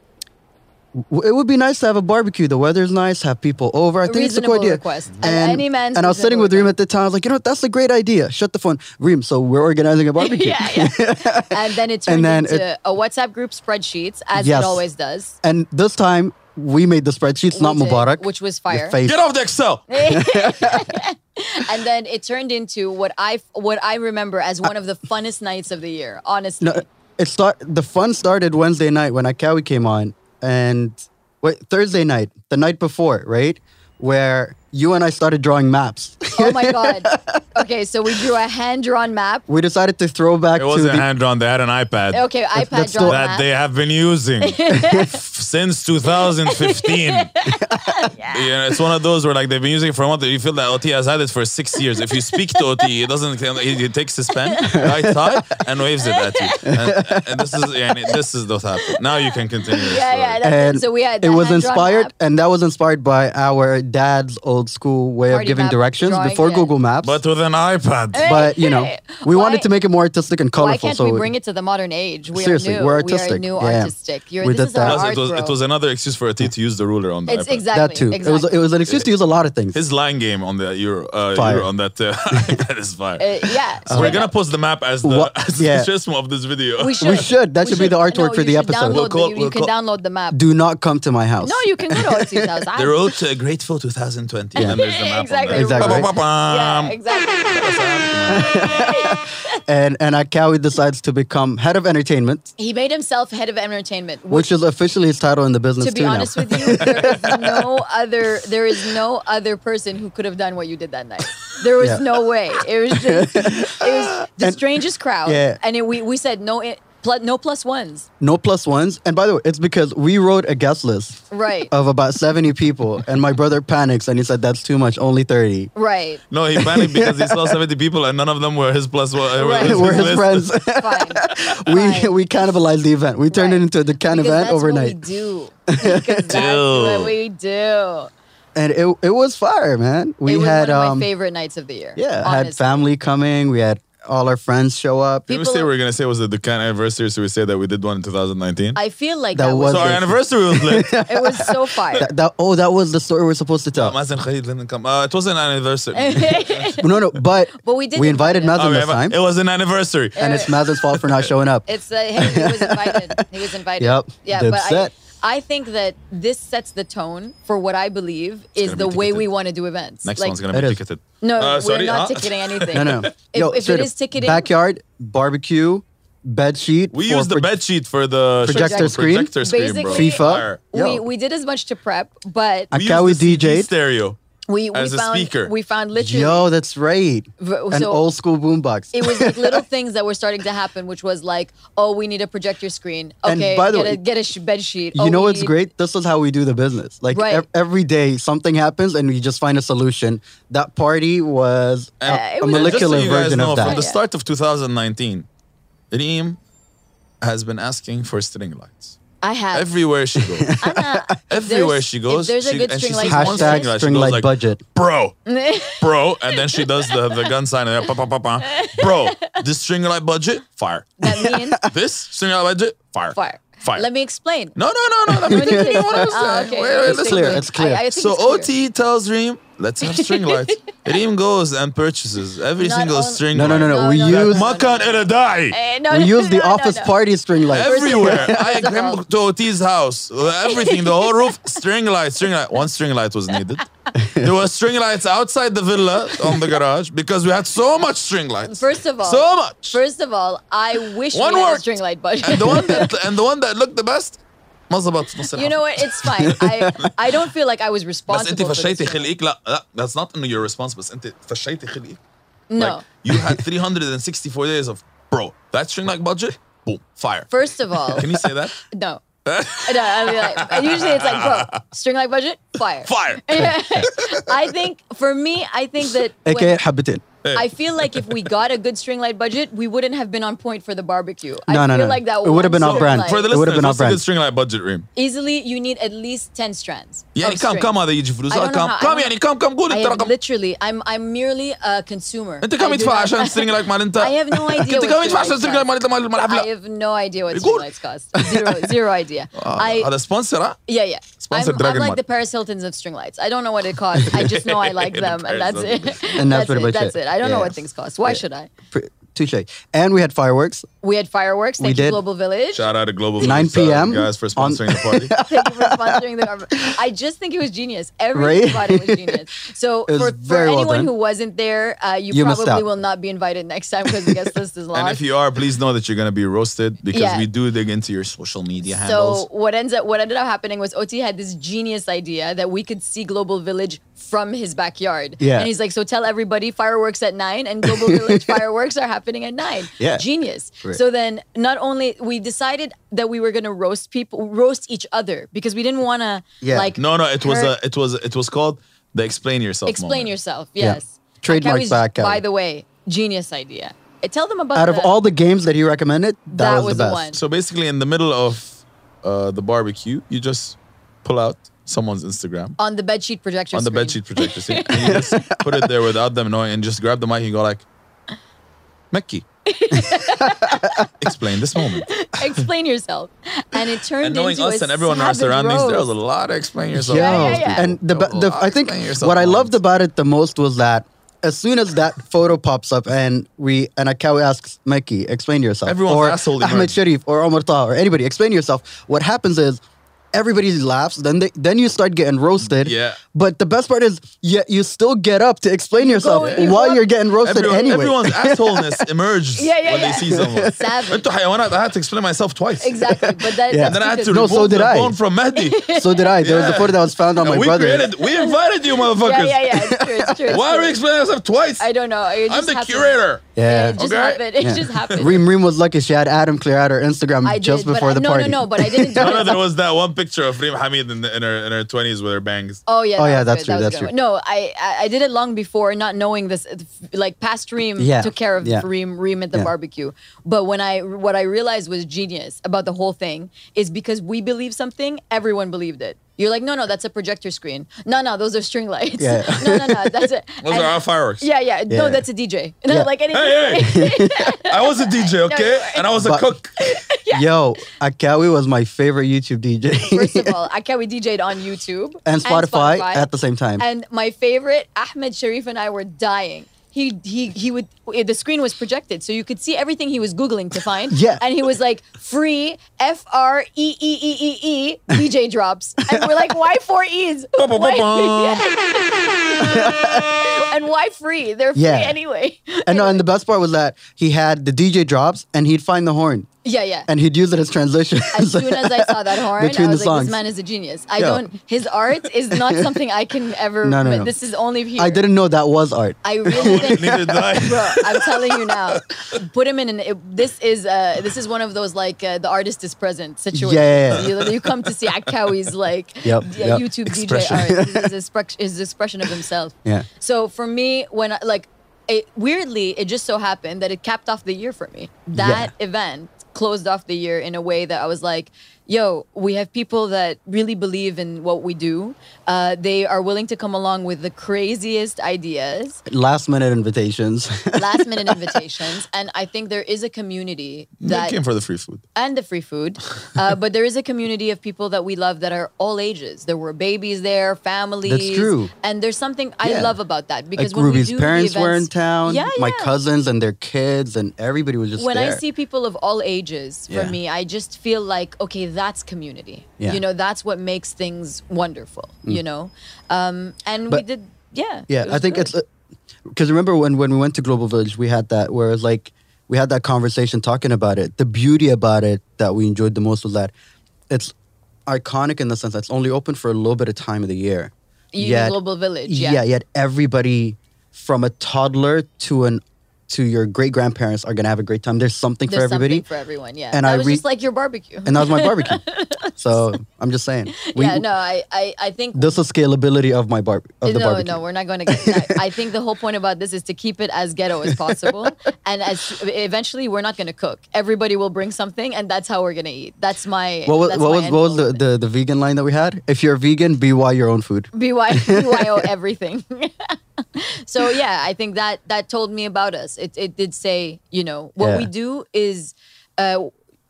w- it would be nice to have a barbecue. The weather's nice. Have people over. I think it's a Reasonable good idea. request. And any man's and I was sitting reasonable with Reem request. at the time. I was like, you know, what? that's a great idea. Shut the phone, Reem. So we're organizing a barbecue. yeah, yeah. and then it turned And then into a WhatsApp group spreadsheets, as Yes. it always does. And this time we made the spreadsheets, We not did, Mubarak, which was fire. Your face. Get off the Excel. And then it turned into what I what I remember as one of the funnest nights of the year. Honestly, No, it start. The fun started Wednesday night when Akawi came on, and wait, Thursday night, the night before, right? Where you and I started drawing maps. oh my god. Okay, so we drew a hand drawn map. we decided to throw back It to wasn't the. hand drawn. They had an iPad. Okay, iPad that's drawn still- That map. they have been using f- since 2015. yeah. it's one of those where like they've been using it for a month. You feel that OT has had it for six years. If you speak to OT, it doesn't. He, he takes his pen, writes out, and waves it at you. And, and this is yeah, and this is what happened. Now you can continue. the yeah, story. yeah. That's And it. So we had it the was hand-drawn inspired, map. and that was inspired by our dad's old school way Party of giving map directions drawing, before yeah. Google Maps. But with an Eh. iPad. but you know, we Why- wanted to make it more artistic and colorful. Why can't so we bring it to the modern age? We Seriously, are new. we're artistic. We are new Yeah. artistic. You're, We this did is our that. Plus, art, it was bro. it was another excuse for OT to use the ruler on the It's iPad. exactly that too. Exactly. It was it was an excuse to use a lot of things. His line game on the Euro, uh, Fire. Euro on that uh, iPad is fire. Uh, yeah. So we're straight gonna up. post the map as the, What- as the yeah. gist of this video. We should. We should. That We should be the artwork No, for you the should episode. Download We'll the- call- you we'll can call- download the map. Do not come to my house. no, you can go to OT's house. I- The road to a grateful 2020. 19. And there's the map Exactly. on there. Exactly, right? um, yeah, exactly. and and Akawi decides to become head of entertainment, he made himself head of entertainment, which is officially his title in the business to be too now. honest with you, there is no other there is no other person who could have done what you did that night. There was Yeah. no way. It was just it was the strangest crowd. yeah. And it, we we said no it, pl- no plus ones. no plus ones. And by the way, it's because we wrote a guest list Right. of about 70 people, and my brother panics and he said, That's too much, only 30. Right. No, he panicked because he saw 70 people and none of them were his plus one. Right. Were his, We're his list. friends. Fine. we Right. we cannibalized the event. We turned Right. it into the can Because event that's overnight. What we do. Because that's what we do. And it it was fire, man. We it was had one of um my favorite nights of the year. yeah, had honestly. family coming. We had all our friends show Did up. we People- say we were going to say it was the Dukan anniversary? So we say that we did one in 2019. I feel like That that, so was, was- our anniversary was lit. it was so fire. That, that- oh, that was the story we're supposed to tell. Mazen Khalid didn't come. Uh, it wasn't an anniversary. no, no, but, But we did we invite invited him. Mazen Oh, this yeah, time, It was an anniversary. and it's Mazen's fault for not showing up. It's uh, hey, he was invited. He was invited. Yep, Yeah, that's but it. I, I think that this sets the tone for what I believe is gonna the be way we ticketed. want to do events. Next Like, one's going to It be is. ticketed. No, Uh, sorry, we're not huh? ticketing anything. No, no. If, Yo, if straight it up. is ticketing, backyard barbecue, bed sheet. We for used the pro- bed sheet for the Projector screen? Projector screen, bro. Basically- FIFA. Fire. we, Yo. we did as much to prep, but I- We used Akawi the CD DJ'd. stereo. we, we as a found speaker. we found literally Yo, that's right. V- An so- old school boombox. it was like little things that were starting to happen, which was like, oh, we need a projector screen. And Okay, by the get, way, a, get a sh- bed sheet. You Oh, know we what's need- great? This is how we do the business. Like Right. ev- every day, something happens, and we just find a solution. That party was a, Uh, it a was- Just so molecular you guys version know, of From that. the Yeah. start of 2019, Reem has been asking for string lights. I had Everywhere she goes. Anna, Uh, if Everywhere there's- she goes, If there's a she- good and she string sees light, one Hashtag String light, string she goes light like- budget. bro, bro. And then she does the, the gun sign and then pa, pa, pa, pa. bro, this string light budget, fire. that means This string light budget, fire. fire. Fire. Let me explain. No, no, no, no. Let Let me me continue explain. what I'm saying. Ah, okay. Wait, wait, Okay, listen. clear, thank you. Oh, it's clear. I, I think So it's clear. OT tells Reem, let's have string lights. Reem goes and purchases every Not single all- string No, no, light. no, no. No, we no, no, used no, no. Makan el Adai. Eh, no, we no, used the no, no, office no. party string light. Everywhere. I First of all- came to OT's house. Everything, the whole roof, string light, string light. One string light was needed. There were string lights outside the villa on the garage because we had so much string lights. First of all, so much. First of all, I wish One we had a worked. string light budget. and the one that and the one that looked the best, مظبط نص you know what? It's fine. I I don't feel like I was بس انت responsible. for فشيتي this. خلقك لا لا that's not انه you're responsible بس انت فشيتي خلقك No. Like, you had 364 days of bro that string like budget boom fire First of all, can you say that no. no, I mean, like, and usually it's like, bro, string light budget, fire. fire I think for me, I think that when- AKA Habitin. I feel like if we got a good string light budget, we wouldn't have been on point for the barbecue. No, I no, feel no. like that It would have one been on string brand. light- for the It would've listeners been what's our a brand. good string like budget ream easily you need at least 10 strands يعني of كم Oh, string. كم هذا يجي فلوس I don't know كم how- I كم don't- يعني كم كم قول I انت am رقم literally I'm I'm merely a consumer انت كم I do يدفع not- عشان سترينج لايك مال انت I have no idea انت what كم يدفع string عشان lights سترينج لايك مال انت مال مال I الحفله have no idea what string يقول. lights cost zero zero idea I هذا سبونسر ها yeah yeah I'm, Sponsored I'm Dragon like Mart. the Paris Hiltons of string lights I don't know what it costs I just know I like them and that's it And that's it pretty much that's it. it I don't know Yeah. what things cost why should I Pr- Touche. And we had fireworks. we had fireworks thank you did. Global Village Shout out to Global 9 Food, uh, PM guys for on- sponsoring the party. Thank you for sponsoring the government. I just think it was genius. Everybody thought it was genius. So It was for, for very well anyone done. who wasn't there, uh, you, You missed probably out. will not be invited next time because the guest list is long. And if you are, please know that you're gonna be roasted because Yeah. we do dig into your social media handles. so what ends up what ended up happening was OT had this genius idea that we could see Global Village from his backyard. Yeah. And he's like, so tell everybody fireworks at nine and Global Village fireworks are happening at nine. Yeah. Genius. Right. So then not only we decided that we were gonna roast people roast each other because we didn't wanna Yeah. like No, no, it was hurt- a, it was it was called the explain yourself. Explain moment. yourself. Yeah. Yes. Trademark Akawi's, back, Akawi. By the way, genius idea. Uh, Tell them about Out of the- all the games that you recommended, that, That was, was the the best. one. So basically, in the middle of uh, the barbecue, you just pull out someone's Instagram on the bedsheet projector. on the screen. bedsheet projector, see, and you just put it there without them knowing, and just grab the mic and go like, "Mekki, explain this moment." Explain yourself. And it turned And knowing into us a and everyone in our savage surroundings, there was roast. a lot of explain yourself. Yeah, Yo, yeah, yeah. And the, ba- A the lot I think explain yourself what I loved moments. about it the most was that as soon as that photo pops up and we and Akawi asks Mikey, explain yourself. Everyone's or asshole Ahmed emerged. Sharif or Omar Taha or anybody, explain yourself. What happens is everybody laughs, then they then you start getting roasted. Yeah. But the best part is, yeah, you still get up to explain yourself you while go- you're getting roasted Everyone, anyway. Everyone's assholeness emerges Yeah, yeah, when yeah. they see someone. Savage. Into حيوانات, I had to explain myself twice. Exactly, but that, Yeah. And then I had to No, remove so did the I. bone from Mehdi. so did I. There was a Yeah. photo that was found on And my we brother. created, we invited you, motherfuckers. yeah, yeah, yeah. It's true. It's true. it's Why are true. we explaining ourselves twice? I don't know. It I'm just the happened. curator. Yeah, Yeah. it just Okay. happened. It Yeah. just happened. Reem Reem was lucky she had Adam clear out her Instagram I did, just but before I- the no, party. No, no, but I didn't. Do No, no, it. there was that one picture of Reem Hamid in, the, in her in her 20s with her bangs. Oh yeah. Oh, that yeah, was that's good. true, That was that's good. true. No, I I I did it long before, not knowing this. It- Like past Reem Yeah, took care of yeah. Reem Reem at the Yeah. barbecue. But when I what I realized was genius about the whole thing is because we believe something, everyone believed it. You're like, no, no, that's a projector screen. No, no, those are string lights. Yeah. no, no, no, that's it. Those And- are our fireworks. yeah, yeah, No, Yeah. that's a DJ. No, Yeah. like anything. Hey, hey! I was a DJ, okay? you And I was a But- cook. Yo, Akawi was my favorite YouTube DJ. First of all, I can't we DJ'd on YouTube and, Spotify at the same time. And my favorite, Ahmed Sharif and I were dying. He he he would the screen was projected, so you could see everything he was googling to find. Yeah. And he was like, free F R E E E E E DJ drops. And we're like, why four E's? Why- Yeah. and why free? They're free Yeah. anyway. and, no, and the best part was that he had the DJ drops and he'd find the horn Yeah, yeah. and he'd use it as transition. as soon as I saw that horn, I Between the was like, songs. this man is a genius. I Yeah. don't his art is not something I can ever No, no, no. this is only here. I didn't know that was art. I really think Neither did I. Bro, I'm telling you now. Put him in an. It, this is uh, this is one of those like uh, the artist is present situation. Yeah. You, you come to see Akawi's like Yep, yeah, yep. YouTube Expression. DJ art. His, his, exprec- his expression of himself. Yeah. So for me, when I, like it, weirdly, it just so happened that it capped off the year for me. That event closed off the year in a way that I was like, yo, we have people that really believe in what we do. Uh, they are willing to come along with the craziest ideas Last minute invitations. last minute invitations and i think there is a community They that came for the free food. and the free food uh, but there is a community of people that we love that are all ages there were babies there families true. and there's something i Yeah. love about that because like when Ruby's we do parents the were in events- town. yeah, My yeah. cousins and their kids and everybody was just when I there. see people of all ages, for Yeah. me, I just feel like, okay, that's community. Yeah. Mm. You know, that's what makes things wonderful. You know, um, and we But- did, yeah. Yeah, it I was think good. it's because remember when when we went to Global Village, we had that where it was like we had that conversation talking about it. The beauty about it that we enjoyed the most was that it's iconic in the sense that it's only open for a little bit of time of the year. Even Global Village, yeah. yeah, yet everybody from a toddler to an to your great grandparents are gonna have a great time. There's something There's for everybody, something for everyone. Yeah, And that I was re- just like your barbecue. and that was my barbecue. so I'm just saying, we, yeah, no, I, I, I think This is scalability of my bar of the no, barbecue. no, we're not going to get that. I think the whole point about this is to keep it as ghetto as possible, and as eventually we're not going to cook. Everybody will bring something, and that's how we're going to eat. That's my. What was, that's what my was, end what was goal the, with the, the vegan line that we had? If you're vegan, BY your own food. it. BY, BYO everything. so yeah, I think that that told me about us. It it did say you know what Yeah. we do is, uh,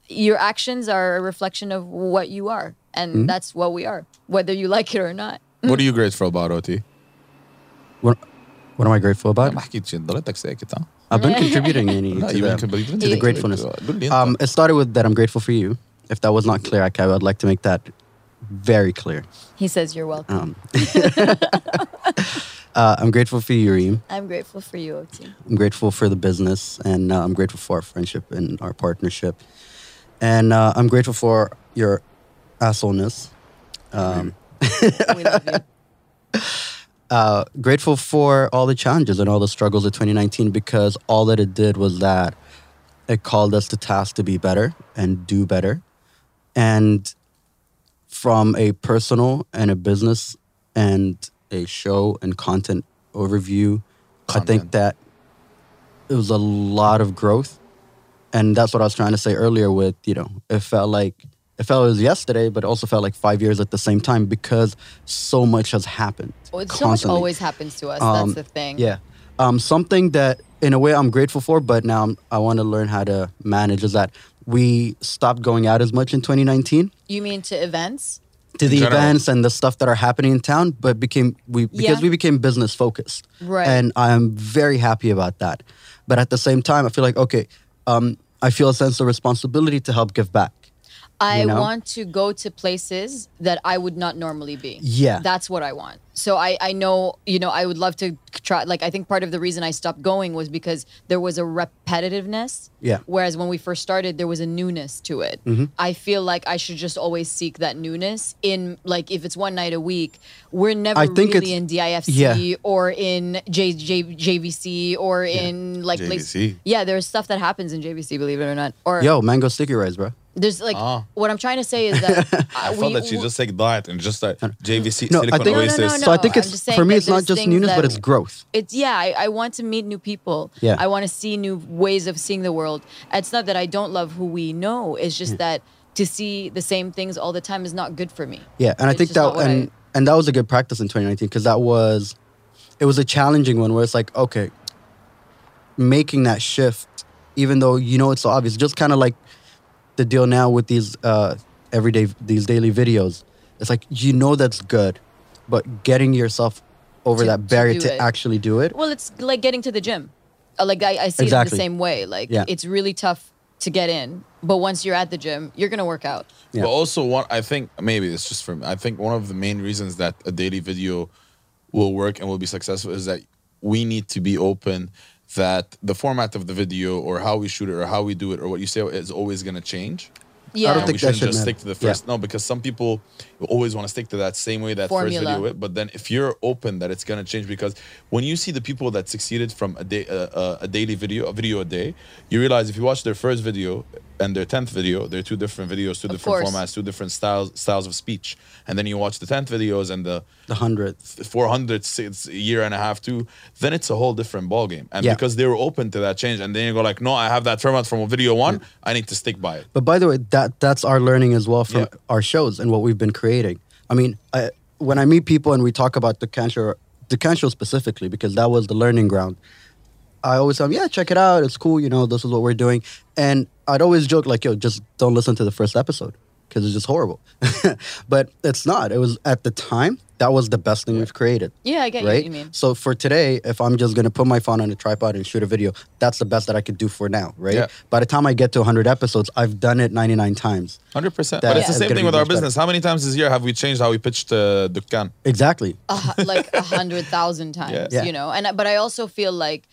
your actions are a reflection of what you are, and Hmm? that's what we are, whether you like it or not. What are you grateful about, OT? What, what am I grateful about? ما حكيت شيء ضليتك ساكت Uh, ها؟ I've been contributing any to, لا، you the, can- but you didn't to the say- gratefulness. قول لي أنت. Um, it started with that I'm grateful for you. If that was not clear, I would like to make that very clear. He says you're welcome. Uh, I'm grateful for you, Reem. I'm grateful for you, OT. I'm grateful for the business, and uh, I'm grateful for our friendship and our partnership. And uh, I'm grateful for your assholeness. Um, We love you. uh, grateful for all the challenges and all the struggles of 2019 because all that it did was that it called us to task to be better and do better. And from a personal and a business and a show and content overview, I think Content. that it was a lot of growth. And that's what I was trying to say earlier with, you know, it felt like it felt it was yesterday, but it also felt like five years at the same time because so much has happened. Well, it's so much constantly. always happens to us. Um, That's the thing. Yeah. Um, something that, in a way, I'm grateful for, but now I'm, I want to learn how to manage is that we stopped going out as much in 2019 You mean to events? to the general. events and the stuff that are happening in town, but became we because Yeah. we became business focused. Right. And I am very happy about that. But at the same time, I feel like okay, um, I feel a sense of responsibility to help give back. I you know? want to go to places that I would not normally be. Yeah. That's what I want. So I, I know, you know, I would love to try. Like, I think part of the reason I stopped going was because there was a repetitiveness. Yeah. Mm-hmm. Whereas when we first started, there was a newness to it. I feel like I should just always seek that newness in, like, if it's one night a week, we're never I think really it's- in DIFC yeah. or in J, J, JVC or in, like, place- JVC. yeah, there's stuff that happens in JVC, believe it or not. Or Yo, mango sticky rice, bro. there's like Ah. what I'm trying to say is that uh, I we, thought that you we- just said diet and just like JVC No, I Silicon think- No, no, Oasis. no, no. so I think I'm just it's saying for me. that It's not there's just things newness, that- but it's growth. it's yeah. I, I want to meet new people. Yeah. I want to see new ways of seeing the world. It's not that I don't love who we know. It's just Hmm. that to see the same things all the time is not good for me. Yeah, and I It's think just that not what and and that was a good practice in 2019 because that was it was a challenging one where it's like okay, making that shift, even though you know it's so obvious, just kind of like the deal now with these uh, everyday these daily videos. It's like you know that's good, but getting yourself over To- to that barrier do to it. actually do it. Well, it's like getting to the gym. Uh, Like I, I see it Exactly. the same way. Like Yeah. it's really tough to get in, but once you're at the gym, you're gonna work out. Yeah. But also, one I think maybe it's just for me. I think one of the main reasons that a daily video will work and will be successful is that we need to be open that the format of the video or how we shoot it or how we do it or what you say is always going to change. Yeah. don't And think we that shouldn't should just matter. stick to the first. No, because some people always want to stick to that same way that Formula. first video. It, but then if you're open that it's gonna change because when you see the people that succeeded from a day, uh, uh, a daily video, a video a day, you realize if you watch their first video and their tenth video, they're two different videos, two Of different course. formats, two different styles styles of speech. And then you watch the tenth videos and the The hundredth, 400 it's a year and a half too then it's a whole different ballgame and Yeah. because they were open to that change and then you go like no i have that format from video one i need to stick by it But by the way, that that's our learning as well from Yeah. our shows and what we've been creating. I mean, I, when I meet people and we talk about the cancer, the cancer specifically, because that was the learning ground. I always tell them, yeah, check it out. It's cool. You know, this is what we're doing. And I'd always joke like, yo, just don't listen to the first episode because it's just horrible. but it's not. It was at the time that was the best thing we've created. Yeah, I get right? what you mean. So for today, if I'm just gonna put my phone on a tripod and shoot a video, that's the best that I could do for now, right? Yeah. By the time I get to 100 episodes, I've done it 99 times. Hundred percent. That But it's the is same gonna thing be with our much better. business. How many times this year have we changed how we pitched uh, Dukkan? Exactly. a hu- like a hundred thousand times, Yeah. you know. And I- but I also feel like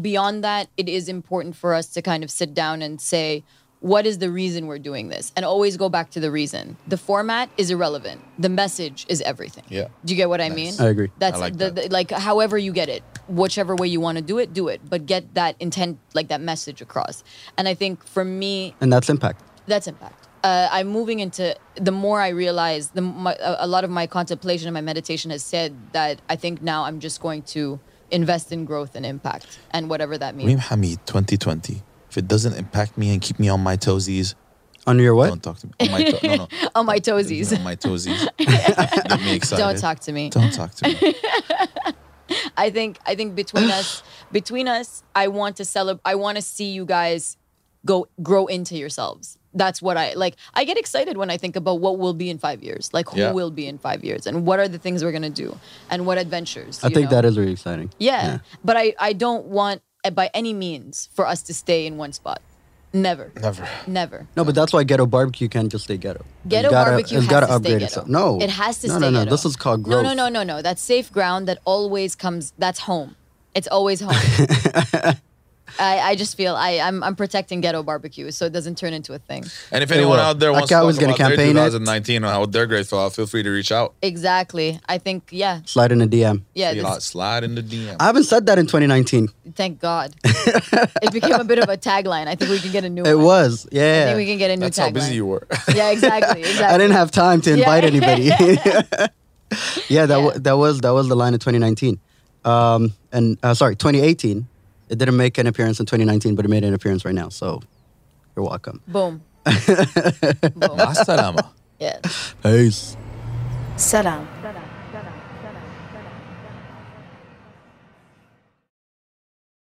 beyond that, it is important for us to kind of sit down and say, what is the reason we're doing this? And always go back to the reason. The format is irrelevant. The message is everything. Yeah. Do you get what I mean? I agree. That's I like the, that. the- like however you get it, whichever way you want to do it, do it. But get that intent, like that message across. And I think for me, And that's impact. that's impact. Uh, I'm moving into the more I realize, the my, a a lot of my contemplation and my meditation has said that I think now I'm just going to invest in growth and impact and whatever that Reem means. Hamid, 2020. If it doesn't impact me and keep me on my toesies, Under your what? don't talk to me. On my to- no, no. On my toesies. On my toesies. Get me excited. Don't talk to me. Don't talk to me. I think I think between us, between us, I want to celebrate. I want to see you guys go grow into yourselves. That's what I like. I get excited when I think about what will be in five years, like who Yeah. will be in five years, and what are the things we're gonna do, and what adventures. I you think know? that is really exciting. Yeah. But I, I don't want uh, by any means for us to stay in one spot. Never. Never. Never. No, but that's why ghetto barbecue can't just stay ghetto. It's Ghetto gotta- barbecue it's has gotta to stay upgrade ghetto. itself. No, It has to no, stay No, no, ghetto. This is called growth. No, no, no, no, no. That's safe ground that always comes that's home. It's always home. I, I just feel I, I'm I'm protecting ghetto barbecue so it doesn't turn into a thing. And if anyone will. out there Like wants I to was talk gonna about their campaign it. 2019 and how they're grateful, feel free to reach out. Exactly. I think yeah. Slide in a DM. Yeah. You this- know, slide in the DM. I haven't said that in 2019. thank God. it became a bit of a tagline. I think we can get a new It one. was. I Yeah. think we can get a new That's tagline. how busy you were. Yeah, exactly. Exactly. I didn't have time to invite anybody. yeah, that wa Yeah. that was that was the line of 2019, um, and uh, sorry, 2018. It didn't make an appearance in 2019, but it made an appearance right now. So you're welcome. Boom. Boom. Masalama. Yeah. Peace. Salam.